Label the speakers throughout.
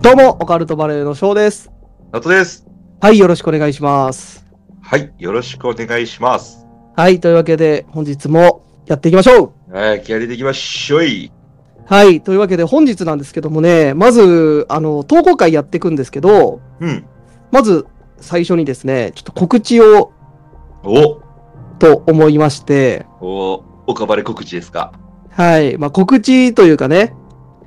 Speaker 1: どうも、オカルトバレーの翔です。
Speaker 2: ナトです。
Speaker 1: はい、よろしくお願いします。
Speaker 2: はい、よろしくお願いします。
Speaker 1: はい、というわけで、本日もやっていきましょ
Speaker 2: はい、気合い入れていきましょい。
Speaker 1: うはい、というわけで、本日なんですけどもね、まず、あの、投稿会やっていくんですけど、
Speaker 2: うん。
Speaker 1: まず、最初にですね、ちょっと告知を
Speaker 2: お、
Speaker 1: と思いまして、
Speaker 2: お、岡晴れ告知ですか。
Speaker 1: はい、まあ、告知というかね、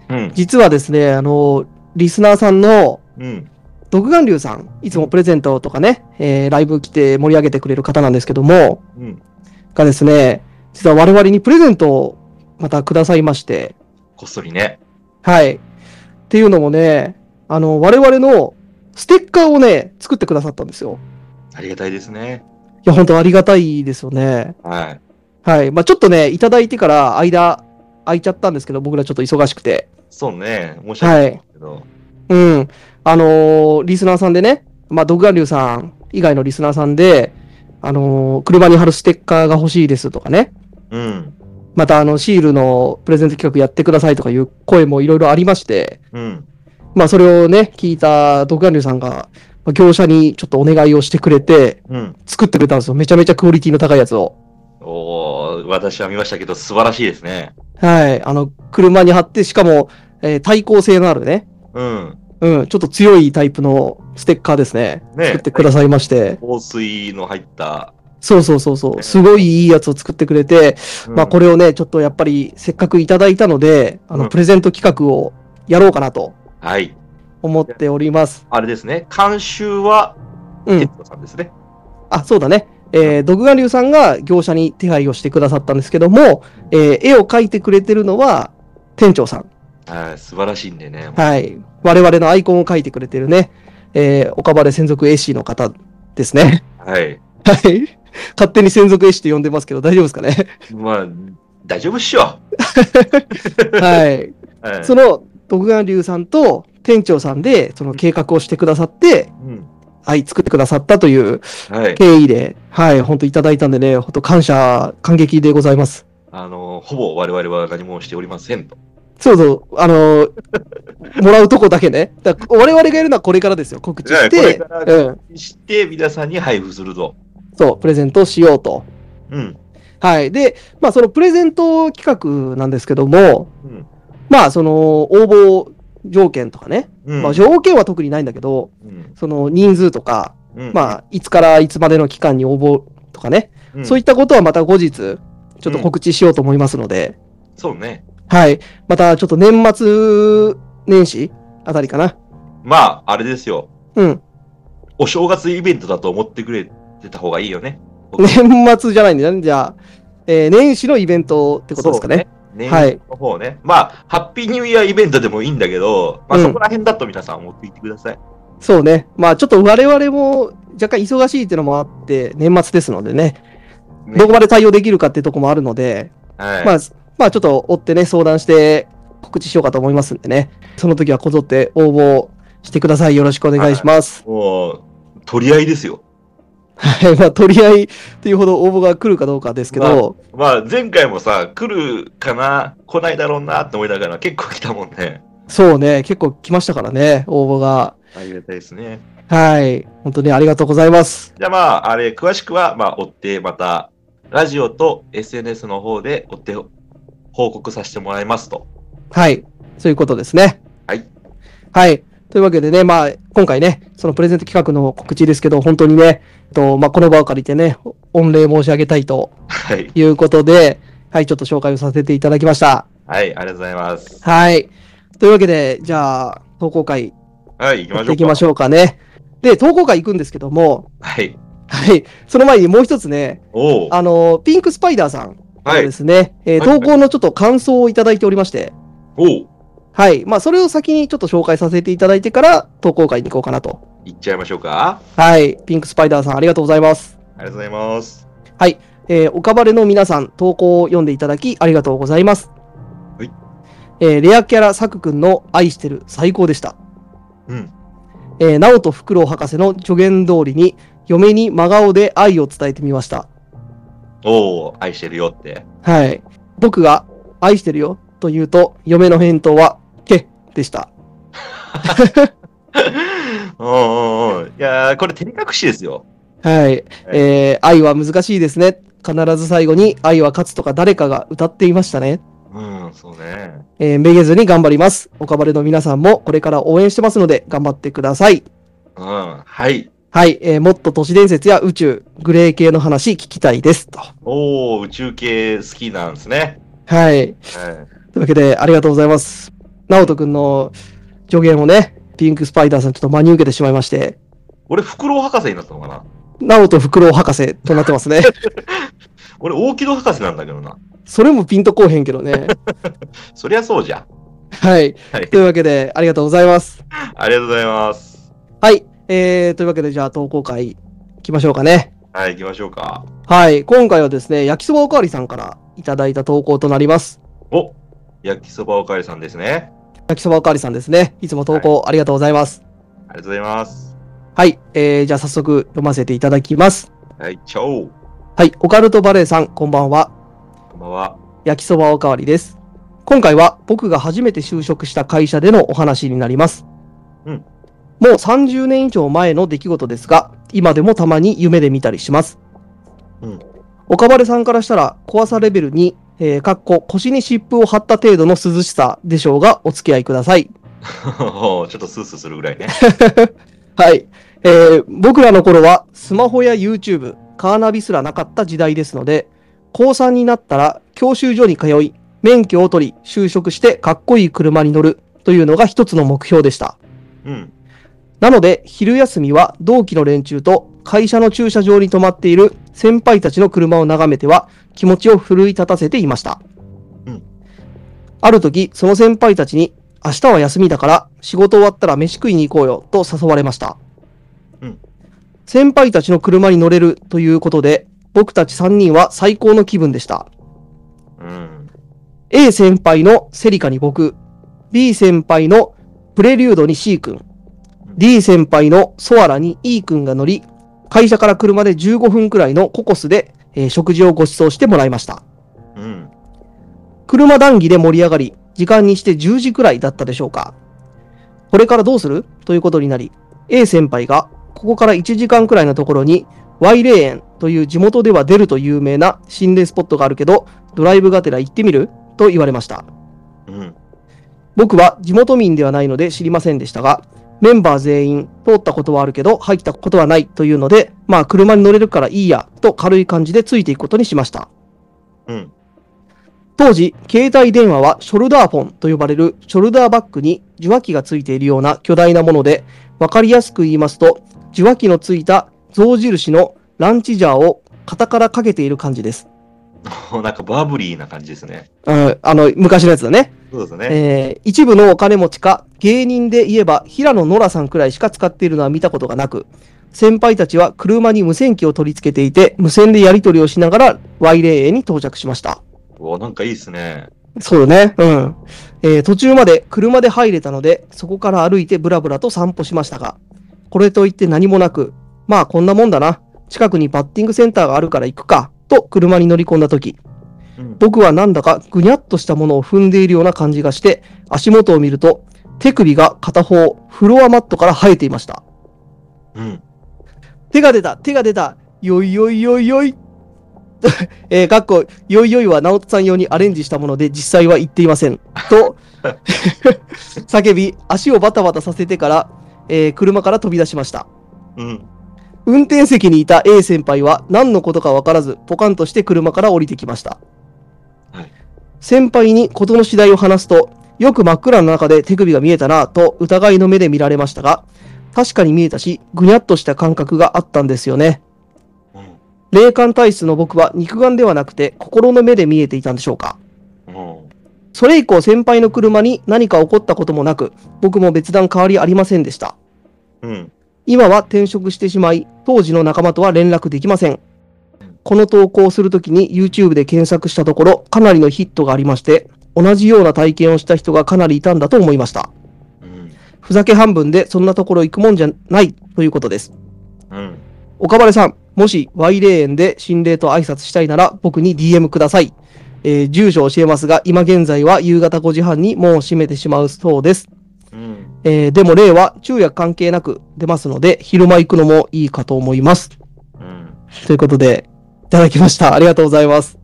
Speaker 2: うん。
Speaker 1: 実はですね、あの、リスナーさんの、
Speaker 2: うん。
Speaker 1: 独眼竜さん、いつもプレゼントとかね、えーライブ来て盛り上げてくれる方なんですけども、
Speaker 2: うん。
Speaker 1: がですね、実は我々にプレゼントをまたくださいまして、
Speaker 2: こっそりね。
Speaker 1: はい。っていうのもね、あの、我々のステッカーをね、作ってくださったんですよ。
Speaker 2: ありがたいですね。
Speaker 1: いや、本当ありがたいですよね。
Speaker 2: はい。
Speaker 1: はい。まあ、ちょっとね、いただいてから間、空いちゃったんですけど、僕らちょっと忙しくて。
Speaker 2: そうね。申し訳
Speaker 1: は
Speaker 2: ない
Speaker 1: い。
Speaker 2: けど。
Speaker 1: うん。あのーリスナーさんでね、まあ、独眼竜さん以外のリスナーさんで、あのー車に貼るステッカーが欲しいですとかね。
Speaker 2: うん。
Speaker 1: またあのシールのプレゼント企画やってくださいとかいう声もいろいろありまして、
Speaker 2: うん。
Speaker 1: まあそれをね、聞いた独眼竜さんが、まあ業者にちょっとお願いをしてくれて、
Speaker 2: うん。
Speaker 1: 作ってくれたんですよ。めちゃめちゃクオリティの高いやつを。
Speaker 2: おー、私は見ましたけど、素晴らしいですね。
Speaker 1: はい。あの、車に貼って、しかも、えー対抗性のあるね、
Speaker 2: うん。
Speaker 1: うん、ちょっと強いタイプのステッカーですね。
Speaker 2: ね
Speaker 1: 作ってくださいまして。
Speaker 2: 香水の入った。
Speaker 1: そうそうそうそう。すごいいいやつを作ってくれて、まあこ
Speaker 2: れ。
Speaker 1: れをね、ちょっとやっぱりせっかくいただいたので、あ
Speaker 2: う
Speaker 1: の、
Speaker 2: ん
Speaker 1: プレゼント企画をやろうかなと
Speaker 2: はい。
Speaker 1: 思っております。
Speaker 2: あれですね。監修は、
Speaker 1: う
Speaker 2: テ
Speaker 1: ん
Speaker 2: ッ。ドさんですね。
Speaker 1: あ、そうだね。えー、独眼竜さんが業者に手配をしてくださったんですけども、えー絵を描いてくれてるのは店長さん。
Speaker 2: はい。素晴らしいんでね。
Speaker 1: はい。我々のアイコンを描いてくれてるね、えー、岡原専属絵師の方ですね。
Speaker 2: はい。
Speaker 1: はい。勝手に専属絵師って呼んでますけど、大丈夫ですかね。
Speaker 2: まあ、大丈夫っしょ。
Speaker 1: はい。
Speaker 2: はい
Speaker 1: その、独眼竜さんと店長さんで、その計画をしてくださって、
Speaker 2: うん
Speaker 1: はい、作ってくださったという
Speaker 2: はい。
Speaker 1: 経緯で、はい、本当いただいたんでね、本当感謝、感激でございます。
Speaker 2: あの、ほぼ我々は何もしておりませんと。
Speaker 1: そうそう、あのーもらうとこだけね。だから我々がやるのはこれからですよ、告知し
Speaker 2: はい
Speaker 1: て
Speaker 2: これか、
Speaker 1: うん、
Speaker 2: して、皆さんに配布すると。
Speaker 1: そう、プレゼントをしようと。
Speaker 2: うん。
Speaker 1: はい。で、まあ、そのプレゼント企画なんですけども、
Speaker 2: うん。
Speaker 1: まあ、その、応募条件とかね、
Speaker 2: うん
Speaker 1: まあ、条件は特にないんだけど、
Speaker 2: うん
Speaker 1: その、人数とか、
Speaker 2: うん
Speaker 1: まあ、いつからいつまでの期間に応募とかね、
Speaker 2: うん
Speaker 1: そういったことはまた後日、ちょっと告知しようと思いますので、
Speaker 2: そうね。
Speaker 1: はい。また、ちょっと年末年始あたりかな。
Speaker 2: まあ、あれですよ。
Speaker 1: うん。
Speaker 2: お正月イベントだと思ってくれてた方がいいよね。
Speaker 1: 年末じゃないんだよね。じゃあ、えー年始のイベントってことですかね。
Speaker 2: そうね。
Speaker 1: はい
Speaker 2: 年始の方ね。まあ、ハッピーニューイヤーイベントでもいいんだけど、まあ、
Speaker 1: うん
Speaker 2: そこら辺だと皆さん思っていってください。
Speaker 1: そうね。まあちょっと我々も若干忙しいっていうのもあって、年末ですのでね、
Speaker 2: ね
Speaker 1: どこまで対応できるかっていうとこもあるので、
Speaker 2: はい。
Speaker 1: まあ、まあちょっと追ってね、相談して告知しようかと思いますんでね、その時はこぞって応募してください。よろしくお願いします。
Speaker 2: もう、取り合いですよ。
Speaker 1: はい。 まあ取り合いっていうほど応募が来るかどうかですけど、
Speaker 2: まあ、前回もさ、来るかな、来ないだろうなって思いながら結構来たもんね。
Speaker 1: そうね、結構来ましたからね、応募が。
Speaker 2: ありがたいですね。
Speaker 1: はい。本当にありがとうございます。
Speaker 2: じゃあまあ、あれ、詳しくは、まあ、追って、また、ラジオと SNS の方で追って、報告させてもらいますと。
Speaker 1: はい。そういうことですね。
Speaker 2: はい。
Speaker 1: はい。というわけでね、まあ、今回ね、そのプレゼント企画の告知ですけど、本当にね、えっと、まあ、この場を借りてね、御礼申し上げたいと
Speaker 2: はい。
Speaker 1: いうことで、はい、ちょっと紹介をさせていただきました。
Speaker 2: はい、ありがとうございます。
Speaker 1: はい。というわけで、じゃあ、投稿会
Speaker 2: はい、行きま
Speaker 1: やっ
Speaker 2: しょう
Speaker 1: て
Speaker 2: か。
Speaker 1: いきましょうかね。で、投稿会行くんですけども、
Speaker 2: はい。
Speaker 1: はい。その前にもう一つね、
Speaker 2: おお。
Speaker 1: あの、ピンクスパイダーさんか
Speaker 2: は
Speaker 1: ら
Speaker 2: い
Speaker 1: で。すね、えー
Speaker 2: はいはい
Speaker 1: 投稿のちょっと感想をいただいておりまして、
Speaker 2: おお。
Speaker 1: はい。まあ、それを先にちょっと紹介させていただいてから、投稿会に行こうかなと。
Speaker 2: 行っちゃいましょうか。
Speaker 1: はい。ピンクスパイダーさん、ありがとうございます。
Speaker 2: ありがとうございます。
Speaker 1: えー、岡バレの皆さん、投稿を読んでいただき、ありがとうございます。
Speaker 2: はい。
Speaker 1: えー、レアキャラ、サクくんの愛してる、最高でした。
Speaker 2: うん。
Speaker 1: えー、ナオとフクロウ博士の助言通りに、嫁に真顔で愛を伝えてみました。
Speaker 2: おお、愛してるよって。
Speaker 1: はい。僕が、愛してるよ、と言うと、嫁の返答は、け、でした。
Speaker 2: うんうんうん。いやー、これ照れ隠しですよ。
Speaker 1: はい。えー、愛は難しいですね。必ず最後に愛は勝つとか誰かが歌っていましたね。
Speaker 2: うん、そうね。
Speaker 1: えー、めげずに頑張ります。岡バレの皆さんもこれから応援してますので頑張ってください。
Speaker 2: うん、はい。
Speaker 1: はい。えー、もっと都市伝説や宇宙、グレー系の話聞きたいです。と。
Speaker 2: おー、宇宙系好きなんですね。
Speaker 1: はい。
Speaker 2: は
Speaker 1: というわけで、ありがとうございます。直人くんの助言をね、ピンクスパイダーさんちょっと真に受けてしまいまして、
Speaker 2: い、俺、フクロウ博士になったのかな
Speaker 1: 直人フクロウ博士となってますね。
Speaker 2: 俺、大木戸博士なんだけどな。
Speaker 1: それもピンとこうへんけどね。
Speaker 2: そりゃそうじゃん。
Speaker 1: はい。
Speaker 2: はい
Speaker 1: というわけで、ありがとうございます。
Speaker 2: ありがとうございます。
Speaker 1: はい。えー、というわけで、じゃあ投稿会行きましょうかね。
Speaker 2: はい、行きましょうか。
Speaker 1: はい。今回はですね、焼きそばおかわりさんからいただいた投稿となります。
Speaker 2: お焼きそばおかわりさんですね。
Speaker 1: 焼きそばおかわりさんですね。いつも投稿ありがとうございます。
Speaker 2: ありがとうございます。
Speaker 1: はい。えー、じゃあ早速読ませていただきます。
Speaker 2: はい、チャオ
Speaker 1: はい。オカルトバレーさん、こんばんは。
Speaker 2: こんばんは。
Speaker 1: 焼きそばおかわりです。今回は僕が初めて就職した会社でのお話になります。
Speaker 2: うん。
Speaker 1: もう30年以上前の出来事ですが、今でもたまに夢で見たりします。
Speaker 2: うん。
Speaker 1: 岡晴さんからしたら怖さレベル2、えー、かっこ腰に湿布を貼った程度の涼しさでしょうがお付き合いください。
Speaker 2: ちょっとスースーするぐらいね。
Speaker 1: はい。えー僕らの頃はスマホや YouTube、カーナビすらなかった時代ですので、高3になったら教習所に通い、免許を取り、就職してかっこいい車に乗るというのが一つの目標でした。
Speaker 2: うん。
Speaker 1: なので、昼休みは同期の連中と会社の駐車場に止まっている先輩たちの車を眺めては気持ちを奮い立たせていました。
Speaker 2: うん
Speaker 1: ある時、その先輩たちに、明日は休みだから仕事終わったら飯食いに行こうよと誘われました。
Speaker 2: うん
Speaker 1: 先輩たちの車に乗れるということで、僕たち3人は最高の気分でした。
Speaker 2: うん。
Speaker 1: A 先輩のセリカに僕、B 先輩のプレリュードに C 君、D 先輩のソアラに E 君が乗り、会社から車で15分くらいのココスで、えー食事をご馳走してもらいました。
Speaker 2: うん。
Speaker 1: 車談義で盛り上がり、時間にして10時くらいだったでしょうか。これからどうするということになり、A 先輩が、ここから1時間くらいのところに、Y 霊園という地元では出ると有名な心霊スポットがあるけど、ドライブがてら行ってみると言われました。
Speaker 2: うん。
Speaker 1: 僕は地元民ではないので知りませんでしたが、メンバー全員通ったことはあるけど入ったことはないというので、まあ車に乗れるからいいやと軽い感じでついていくことにしました。
Speaker 2: うん。
Speaker 1: 当時、携帯電話はショルダーフォンと呼ばれるショルダーバッグに受話器がついているような巨大なもので、わかりやすく言いますと、受話器のついた象印のランチジャーを肩からかけている感じです。
Speaker 2: なんかバブリーな感じですね。
Speaker 1: ああの、昔のやつだね。
Speaker 2: そうですね。
Speaker 1: えー一部のお金持ちか芸人で言えば平野ノラさんくらいしか使っているのは見たことがなく先輩たちは車に無線機を取り付けていて無線でやり取りをしながら Y 霊園に到着しました
Speaker 2: おなんかいいですね。
Speaker 1: そうだねうん、えー途中まで車で入れたのでそこから歩いてブラブラと散歩しましたがこれといって何もなくまあこんなもんだな近くにバッティングセンターがあるから行くかと車に乗り込んだ時
Speaker 2: うん。
Speaker 1: 僕はなんだかぐにゃっとしたものを踏んでいるような感じがして、足元を見ると、手首が片方、フロアマットから生えていました。
Speaker 2: うん。
Speaker 1: 手が出た手が出たよいよいよいよい えー、かっこ、よいよいは直人さん用にアレンジしたもので実際は言っていません。と、 叫び、足をバタバタさせてから、えー車から飛び出しました。
Speaker 2: うん。
Speaker 1: 運転席にいた A 先輩は何のことかわからず、ポカンとして車から降りてきました。
Speaker 2: はい
Speaker 1: 先輩に事の次第を話すと、よく真っ暗の中で手首が見えたなぁと疑いの目で見られましたが、確かに見えたし、ぐにゃっとした感覚があったんですよね。
Speaker 2: うん。
Speaker 1: 霊感体質の僕は肉眼ではなくて心の目で見えていたんでしょうか。
Speaker 2: うん。
Speaker 1: それ以降先輩の車に何か起こったこともなく、僕も別段変わりありませんでした。
Speaker 2: うん。
Speaker 1: 今は転職してしまい、当時の仲間とは連絡できません。この投稿をするときに YouTube で検索したところ、かなりのヒットがありまして、同じような体験をした人がかなりいたんだと思いました。
Speaker 2: うん。
Speaker 1: ふざけ半分でそんなところ行くもんじゃないということです。
Speaker 2: うん。
Speaker 1: 岡晴さん、もし Y 霊園で心霊と挨拶したいなら僕に DM ください。えー住所教えますが、今現在は夕方5時半にもう閉めてしまうそうです。
Speaker 2: うん。
Speaker 1: えーでも例は昼夜関係なく出ますので、昼間行くのもいいかと思います。
Speaker 2: うん。
Speaker 1: ということで、いただきました。ありがとうございます。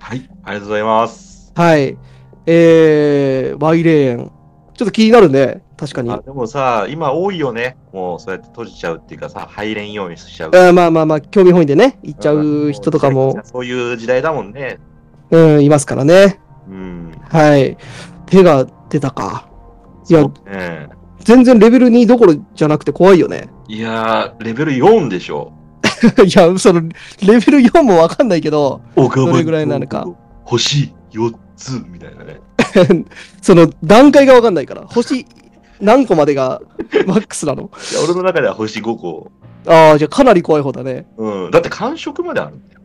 Speaker 2: はい。ありがとうございます。
Speaker 1: はい。えー、ワイレーン。ちょっと気になるね。確かに。
Speaker 2: あでもさ、今多いよね。もうそうやって閉じちゃうっていうかさ、入れんようにしちゃう。
Speaker 1: あーまあまあまあ、興味本位でね、行っちゃう人とかも、
Speaker 2: そういう時代だもんね。
Speaker 1: うん、いますからね。
Speaker 2: うん。
Speaker 1: はい。手が出たか。いや
Speaker 2: そうね
Speaker 1: 全然レベル2どころじゃなくて怖いよね。
Speaker 2: いやー、レベル4でしょ。
Speaker 1: いや、その、レベル4もわかんないけど、
Speaker 2: おか
Speaker 1: どれぐらいなのか。
Speaker 2: 星4つみたいなね。
Speaker 1: その、段階がわかんないから、星何個までがマックスなの。
Speaker 2: いや俺の中では星5個。
Speaker 1: ああ、じゃあかなり怖い方だね。
Speaker 2: うん。だって感触まであるんだよ。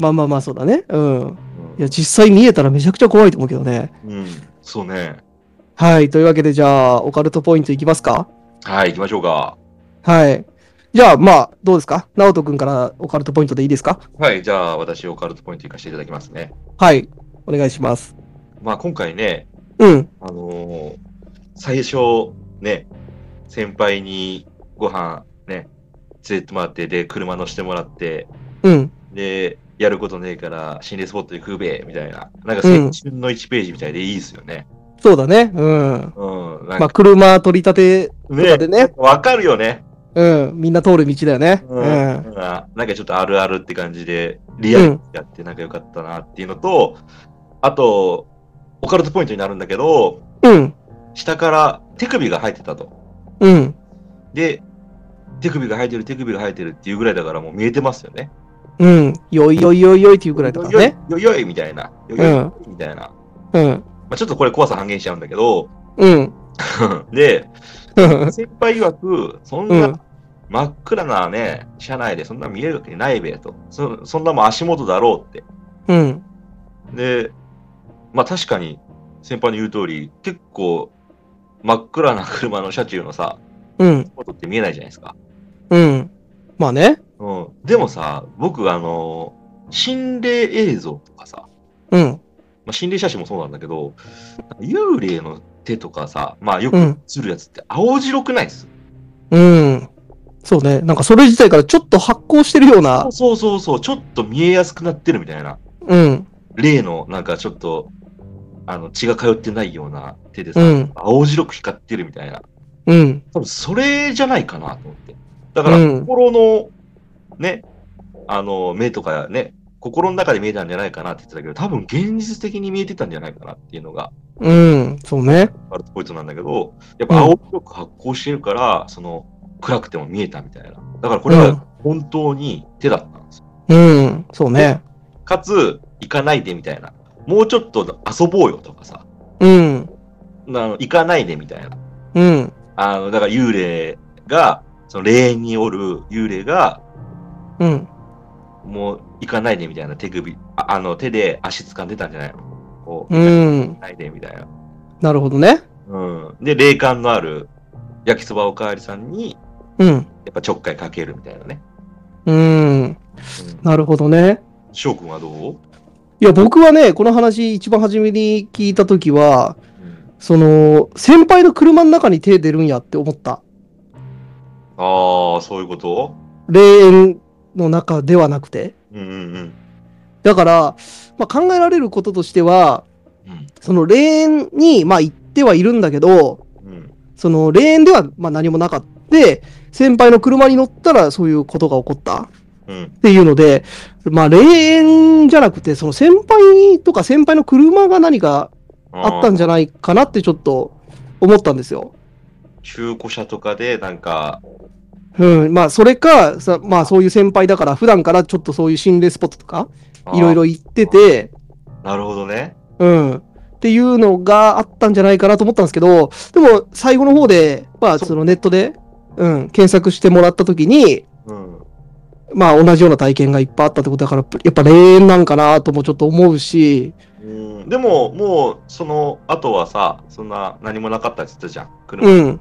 Speaker 1: まあまあまあ、そうだね。うん。
Speaker 2: うん
Speaker 1: いや、実際見えたらめちゃくちゃ怖いと思うけどね。
Speaker 2: うん。そうね。
Speaker 1: はい。というわけで、じゃあ、オカルトポイントいきますか
Speaker 2: はい、行きましょうか。
Speaker 1: はい。じゃあ、まあ、どうですか直人くんからオカルトポイントでいいですか
Speaker 2: はい、じゃあ私、オカルトポイント行かせていただきますね。
Speaker 1: はい。お願いします。
Speaker 2: まあ今回ね、
Speaker 1: うん。
Speaker 2: あのー最初、ね、先輩にご飯ね、連れてもらって、で、車乗してもらって、
Speaker 1: うん。
Speaker 2: で、やることねえから、心霊スポット行くべ、みたいな。なんか青春の1ページみたいでいいですよね。
Speaker 1: そうだね。うん。
Speaker 2: うん、なん
Speaker 1: まあ、
Speaker 2: か
Speaker 1: 車取り立てとかで
Speaker 2: ね、
Speaker 1: ね。
Speaker 2: わかるよね。
Speaker 1: うん。みんな通る道だよね。
Speaker 2: う
Speaker 1: うんん。
Speaker 2: なんかなんかちょっとあるあるって感じで、リアルにやってなんか良かったなっていうのと、あと、オカルトポイントになるんだけど、
Speaker 1: うん。
Speaker 2: 下から手首が生えてたと。
Speaker 1: うん。
Speaker 2: で、手首が生えてる、手首が生えてるっていうぐらいだからもう見えてますよね。
Speaker 1: うん。よいよいよいよいっていうぐらいだからね。
Speaker 2: よいよいよいみたいな。よいよいみたいな。ま
Speaker 1: うん。
Speaker 2: あ、ちょっとこれ怖さ半減しちゃうんだけど、
Speaker 1: うん。
Speaker 2: で、
Speaker 1: うん
Speaker 2: 先輩曰く、そん
Speaker 1: うん
Speaker 2: な真っ暗なね、車内でそんな見えるわけないべと。そそんなもん足元だろうって。
Speaker 1: うん。
Speaker 2: で、まあ確かに先輩の言う通り、結構真っ暗な車の車中のさ、
Speaker 1: うん。
Speaker 2: ことって見えないじゃないですか。
Speaker 1: うん。まあね。
Speaker 2: うん。でもさ、僕あの、心霊映像とかさ、
Speaker 1: うん。
Speaker 2: まあ、心霊写真もそうなんだけど、幽霊の手とかさ、まあよ
Speaker 1: う
Speaker 2: く
Speaker 1: ん。
Speaker 2: するやつって青白くないっす。
Speaker 1: うん。そうね。なんかそれ自体からちょっと発光してるような。
Speaker 2: そうそうそう、ちょっと見えやすくなってるみたいな。
Speaker 1: うん。
Speaker 2: 例のなんかちょっと、あの血が通ってないような手でさ、
Speaker 1: うん
Speaker 2: 青白く光ってるみたいな。
Speaker 1: うん。
Speaker 2: 多分それじゃないかなと思って。だから、
Speaker 1: うん
Speaker 2: 心の、ね、あの、目とかね、心の中で見えたんじゃないかなって言ってたけど、多分現実的に見えてたんじゃないかなっていうのが、
Speaker 1: うん。そうね。
Speaker 2: あるポイントなんだけど、やっぱ青白く発光してるから、その、暗くても見えたみたいな。だからこれ
Speaker 1: うん
Speaker 2: は本当に手だったんですよ。
Speaker 1: うん。そうね。
Speaker 2: かつ、行かないでみたいな。もうちょっと遊ぼうよとかさ、
Speaker 1: うん。
Speaker 2: あの行かないでみたいな。
Speaker 1: うん。
Speaker 2: あの、だから幽霊が、その霊園におる幽霊が、
Speaker 1: うん。
Speaker 2: もう行かないでみたいな手首、ああの手で足掴んでたんじゃないのこう、
Speaker 1: う
Speaker 2: 行
Speaker 1: ん。
Speaker 2: かないでみたいな。
Speaker 1: なるほどね。
Speaker 2: うん。で、霊感のある焼きそばおかわりさんに、
Speaker 1: うん。
Speaker 2: やっぱちょっかいかけるみたいなね。
Speaker 1: うん。
Speaker 2: うん。
Speaker 1: なるほどね。
Speaker 2: 翔くんはどう、
Speaker 1: いや、僕はね、この話一番初めに聞いたときは、
Speaker 2: うん、
Speaker 1: その、先輩の車の中に手出るんやって思った。
Speaker 2: ああ、そういうこと
Speaker 1: 霊園の中ではなくて。
Speaker 2: うんうん
Speaker 1: だから、まあ、考えられることとしては、
Speaker 2: うん。
Speaker 1: その霊園に、まあ、行ってはいるんだけど、
Speaker 2: うん。うん。
Speaker 1: その霊園では、まあ、何もなかった。で、先輩の車に乗ったらそういうことが起こったっ
Speaker 2: うん。
Speaker 1: ていうので、まあ、霊園じゃなくて、その先輩とか先輩の車が何かあったん
Speaker 2: じゃ
Speaker 1: じゃないかなってちょっと思ったんですよ。
Speaker 2: 中古車とかで、なんか、
Speaker 1: うん、まあ、それか、さまあ、そういう先輩だから、普段からちょっとそういう心霊スポットとか、
Speaker 2: あー
Speaker 1: いろい。ろ行ってて、
Speaker 2: なるほどね。
Speaker 1: うん、っていうのがあったんじゃないかなと思ったんですけど、でも、最後の方で、まあ、
Speaker 2: そう
Speaker 1: そのネットで、うん、検索してもらった時に、
Speaker 2: うん。
Speaker 1: まあ、同じような体験がいっぱいあったってことだから、やっぱ霊園なんかなともちょっと思うし、
Speaker 2: うん、でも、もう、その後はさ、そんな何もなかったって言ってたじゃん、車。
Speaker 1: うん。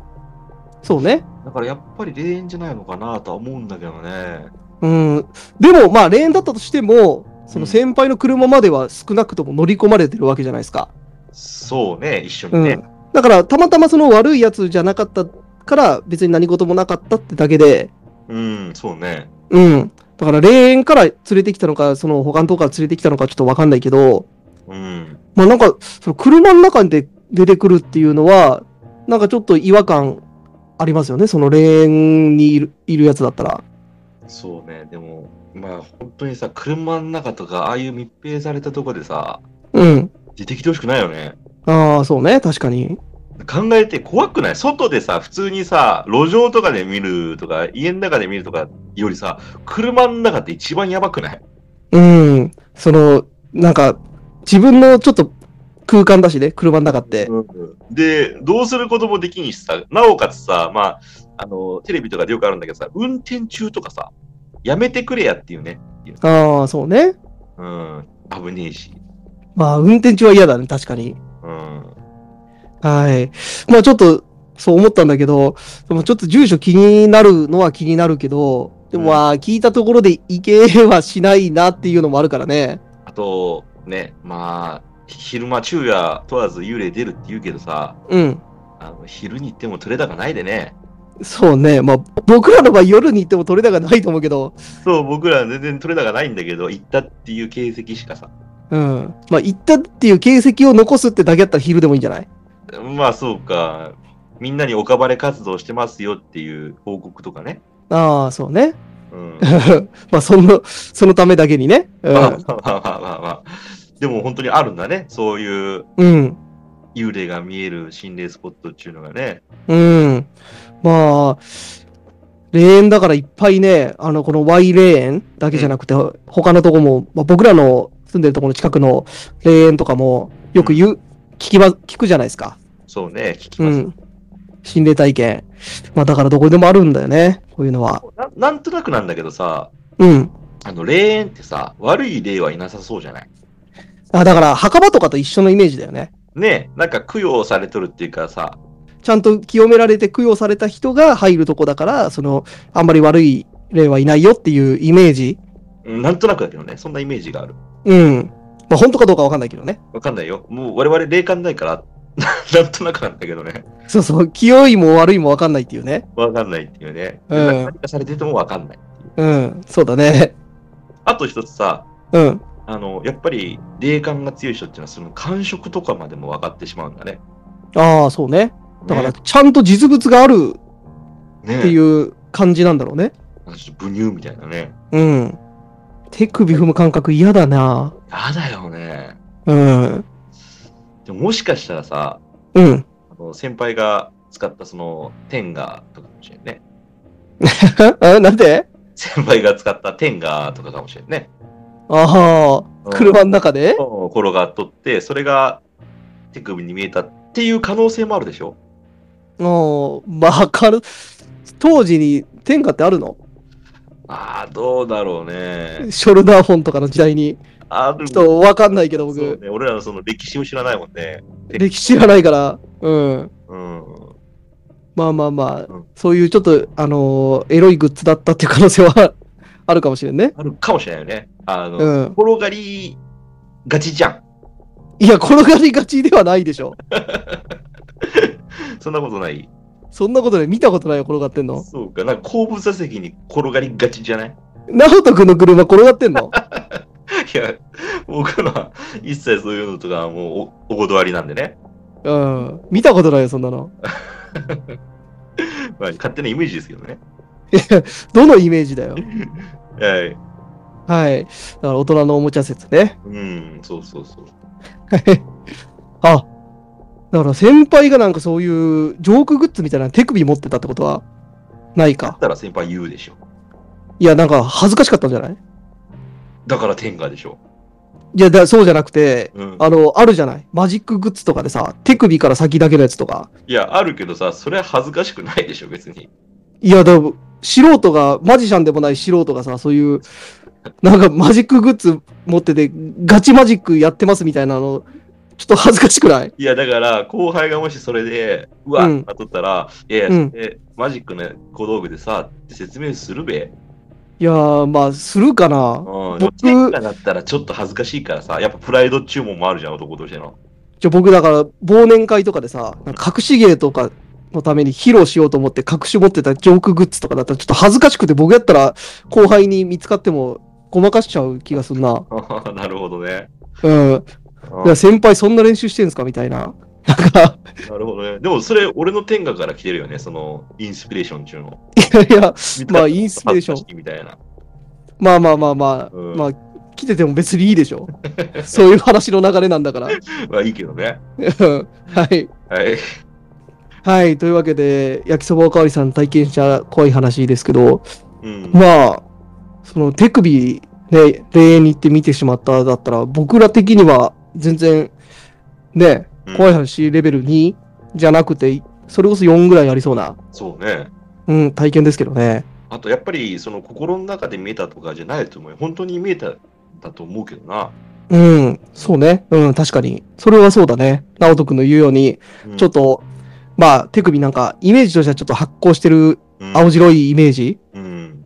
Speaker 1: そうね。
Speaker 2: だからやっぱり霊園じゃないのかなとは思うんだけどね。
Speaker 1: うん。でも、まあ、霊園だったとしても、その先輩の車までは少なくとも乗り込まれてるわけじゃないですか。
Speaker 2: そうね、一緒に
Speaker 1: う
Speaker 2: ね。
Speaker 1: ん。だから、たまたまその悪いやつじゃなかったから、別に何事もなかったってだけで、
Speaker 2: うん、そうね。
Speaker 1: うん。だから、霊園から連れてきたのか、その保管塔から連れてきたのかちょっとわかんないけど、
Speaker 2: うん。
Speaker 1: まあなんか、その車の中で出てくるっていうのは、なんかちょっと違和感ありますよね。その霊園にいるいるやつだったら。
Speaker 2: そうね。でも、まあ本当にさ、車の中とか、ああいう密閉されたとこでさ、
Speaker 1: うん。
Speaker 2: 出てきてほしくないよね。
Speaker 1: ああ、そうね。確かに。
Speaker 2: 考えて怖くない外でさ、普通にさ、路上とかで見るとか、家の中で見るとかよりさ、車の中って一番やばくない
Speaker 1: うん。その、なんか、自分のちょっと空間だしね、車の中って。
Speaker 2: で、どうすることもできんしさ、なおかつさ、まあ、あの、テレビとかでよくあるんだけどさ、運転中とかさ、やめてくれやっていうね。
Speaker 1: ああ、そうね。
Speaker 2: うん、危ねえし。
Speaker 1: まあ、運転中は嫌だね、確かに。
Speaker 2: うん。
Speaker 1: はい。まあ、ちょっと、そう思ったんだけど、でもちょっと住所気になるのは気になるけど、でもまあ、聞いたところで行けはしないなっていうのもあるからね。
Speaker 2: あと、ね、まあ、昼間、昼夜問わず幽霊出るって言うけどさ、
Speaker 1: うん。
Speaker 2: あの昼に行っても取れ高ないでね。
Speaker 1: そうね。まあ、僕らの場合夜に行っても取れ高ないと思うけど、
Speaker 2: そう、僕ら全然取れ高ないんだけど、行ったっていう形跡しかさ。
Speaker 1: うん。まあ、行ったっていう形跡を残すってだけだったら昼でもいいんじゃない
Speaker 2: まあ、そうか。みんなにおかばれ活動してますよっていう報告とかね。
Speaker 1: ああ、そうね。
Speaker 2: うん。
Speaker 1: まあ、その、そのためだけにね。
Speaker 2: まあまあまあまあまあ。でも本当にあるんだね。そういう
Speaker 1: うん。
Speaker 2: 幽霊が見える心霊スポットっていうのがね。
Speaker 1: うん。うん。まあ、霊園だからいっぱいね、あの、この Y 霊園だけじゃなくて、他のとこも、まあ、僕らの住んでるところの近くの霊園とかも、よく言う、聞きま、聞くじゃないですか。
Speaker 2: そうね、聞き
Speaker 1: う
Speaker 2: ます。
Speaker 1: ん。心霊体験。まあ、だからどこでもあるんだよね。こういうのは。
Speaker 2: ななんとなくなんだけどさ、
Speaker 1: うん。
Speaker 2: あの霊園ってさ、悪い霊はいなさそうじゃない
Speaker 1: あ、だから、墓場とかと一緒のイメージだよね。
Speaker 2: ねえ、なんか供養されとるっていうかさ、
Speaker 1: ちゃんと清められて供養された人が入るとこだから、その、あんまり悪い霊はいないよっていうイメージ。
Speaker 2: うんなんとなくだけどね、そんなイメージがある。
Speaker 1: うん。まあ、本当かどうかわかんないけどね。
Speaker 2: わかんないよ。もう我々霊感ないから、 なんとなくなんだけどね。
Speaker 1: そうそう。清いも悪いもわかんないっていうね。
Speaker 2: わかんないっていうね。で
Speaker 1: うん
Speaker 2: 何かされててもわかんない。
Speaker 1: うん。そうだね。
Speaker 2: あと一つさ、
Speaker 1: うん。
Speaker 2: あの、やっぱり霊感が強い人っていうのは、その感触とかまでも分かってしまうんだね。
Speaker 1: ああ、そうね。だから、
Speaker 2: ね
Speaker 1: ちゃんと実物がある
Speaker 2: ね
Speaker 1: っていう感じなんだろうね。
Speaker 2: なんかちょっとブニューみたいなね。
Speaker 1: うん。手首踏む感覚嫌だな。
Speaker 2: やだよね。
Speaker 1: うん。
Speaker 2: でももしかしたらさ、
Speaker 1: うん。
Speaker 2: あの先輩が使ったそのテンガーとかかもしれんね。
Speaker 1: あなんで
Speaker 2: 先輩が使ったテンガーとかかもしれんね。
Speaker 1: あ
Speaker 2: う
Speaker 1: あ、
Speaker 2: ん
Speaker 1: 車の中で
Speaker 2: うん転がっとって、それが手首に見えたっていう可能性もあるでしょ。
Speaker 1: うん。まあ、かる。当時に天下ってあるの
Speaker 2: ああ、どうだろうね。
Speaker 1: ショルダーフォンとかの時代に。
Speaker 2: ある
Speaker 1: ちょっとわかんないけど、
Speaker 2: そ
Speaker 1: 僕
Speaker 2: う。ね。俺らのその歴史を知らないもんね。
Speaker 1: 歴史がないから。うん。
Speaker 2: うん。
Speaker 1: まあまあまあ
Speaker 2: うん、
Speaker 1: そういうちょっと、あのーエロいグッズだったっていう可能性は あるかもしれんね。
Speaker 2: あるかもしれないよね。あの、
Speaker 1: うん。
Speaker 2: 転がりがちじゃん。
Speaker 1: いや、転がりがちではないでしょ。
Speaker 2: そんなことない。
Speaker 1: そんなことで見たことないよ、転がってんの。
Speaker 2: そうか、なんか後部座席に転がりがちじゃない
Speaker 1: 直人君の車転がってん の
Speaker 2: いや、僕のは一切そういうのとかはもうおお断りなんでね、
Speaker 1: うん。見たことないよ、そんなの。
Speaker 2: まあ、勝手なイメージですけどね。
Speaker 1: どのイメージだよ。
Speaker 2: はい。
Speaker 1: はい。だから大人のおもちゃ説ね。
Speaker 2: うん、そうそうそう。
Speaker 1: あ、だから先輩がなんかそういうジョークグッズみたいな手首持ってたってことはない
Speaker 2: だっ
Speaker 1: か。
Speaker 2: たら先輩言うでしょ。
Speaker 1: いや、なんか恥ずかしかったんじゃない
Speaker 2: だから天下でしょ。
Speaker 1: いやだ、そうじゃなくて、
Speaker 2: うん、
Speaker 1: あの、あるじゃないマジックグッズとかでさ、手首から先だけのやつとか。
Speaker 2: いや、あるけどさ、それは恥ずかしくないでしょ、別に。
Speaker 1: いや、でも、素人が、マジシャンでもない素人がさ、そういう、なんかマジックグッズ持ってて、ガチマジックやってますみたいなの、ちょっと恥ずかしくない
Speaker 2: いや、だから、後輩がもしそれで、うわ
Speaker 1: う
Speaker 2: っ
Speaker 1: ん
Speaker 2: 当たったら、いやいや、
Speaker 1: うん
Speaker 2: えマジックの小道具でさ、って説明するべ。
Speaker 1: いやー、まあ、するかな
Speaker 2: うん、
Speaker 1: 僕
Speaker 2: 天下だったらちょっと恥ずかしいからさ、やっぱプライド注文もあるじゃん、男としての。
Speaker 1: じゃあ僕だから忘年会とかでさ、なんか隠し芸とかのために披露しようと思って隠し持ってたジョークグッズとかだったらちょっと恥ずかしくて僕やったら後輩に見つかってもごまかしちゃう気がするな。
Speaker 2: あなるほどね。
Speaker 1: うん。
Speaker 2: あ
Speaker 1: いや先輩そんな練習してんすかみたいな。なんか、
Speaker 2: なるほどね。でもそれ、俺の天下から来てるよね、そのインスピレーション中の。
Speaker 1: いや、まあインスピレーション
Speaker 2: ン。みたいな。
Speaker 1: まあまあまあまあ、
Speaker 2: うん
Speaker 1: まあ、来てても別にいいでしょ。そういう話の流れなんだから。
Speaker 2: まあいいけどね。
Speaker 1: うんはい。
Speaker 2: はい。
Speaker 1: はい。というわけで、焼きそばおかわりさん体験した怖い話ですけど、
Speaker 2: うん。
Speaker 1: まあ、その手首で霊園に行って見てしまっただったら、僕ら的には全然、ね、
Speaker 2: うん
Speaker 1: 怖い話レベル2じゃなくて、それこそ4ぐらいありそうな、
Speaker 2: そうね。
Speaker 1: うん、体験ですけどね。
Speaker 2: あとやっぱり、その心の中で見えたとかじゃないと思うよ。本当に見えたんだと思うけどな。
Speaker 1: うん、そうね。うん、確かに。それはそうだね。直人君の言うように、
Speaker 2: うん
Speaker 1: ちょっと、まあ、手首なんか、イメージとしてはちょっと発光してる
Speaker 2: うん
Speaker 1: 青白いイメージ
Speaker 2: うん。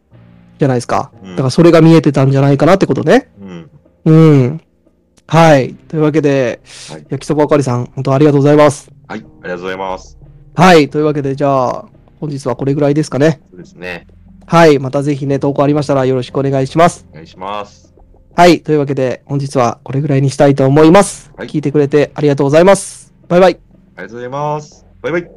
Speaker 1: じゃないですか。
Speaker 2: うん
Speaker 1: だからそれが見えてたんじゃないかなってことね。
Speaker 2: うん。
Speaker 1: うん。はい。というわけで、
Speaker 2: はい
Speaker 1: 焼きそばあかりさん、本当ありがとうございます。
Speaker 2: はい、ありがとうございます。
Speaker 1: はい。というわけで、じゃあ、本日はこれぐらいですかね。
Speaker 2: そうですね。
Speaker 1: はい。またぜひね、投稿ありましたらよろしくお願いします。
Speaker 2: お願いします。
Speaker 1: はい。というわけで、本日はこれぐらいにしたいと思います。
Speaker 2: はい
Speaker 1: 聞いてくれてありがとうございます。バイバイ。
Speaker 2: ありがとうございます。バイバイ。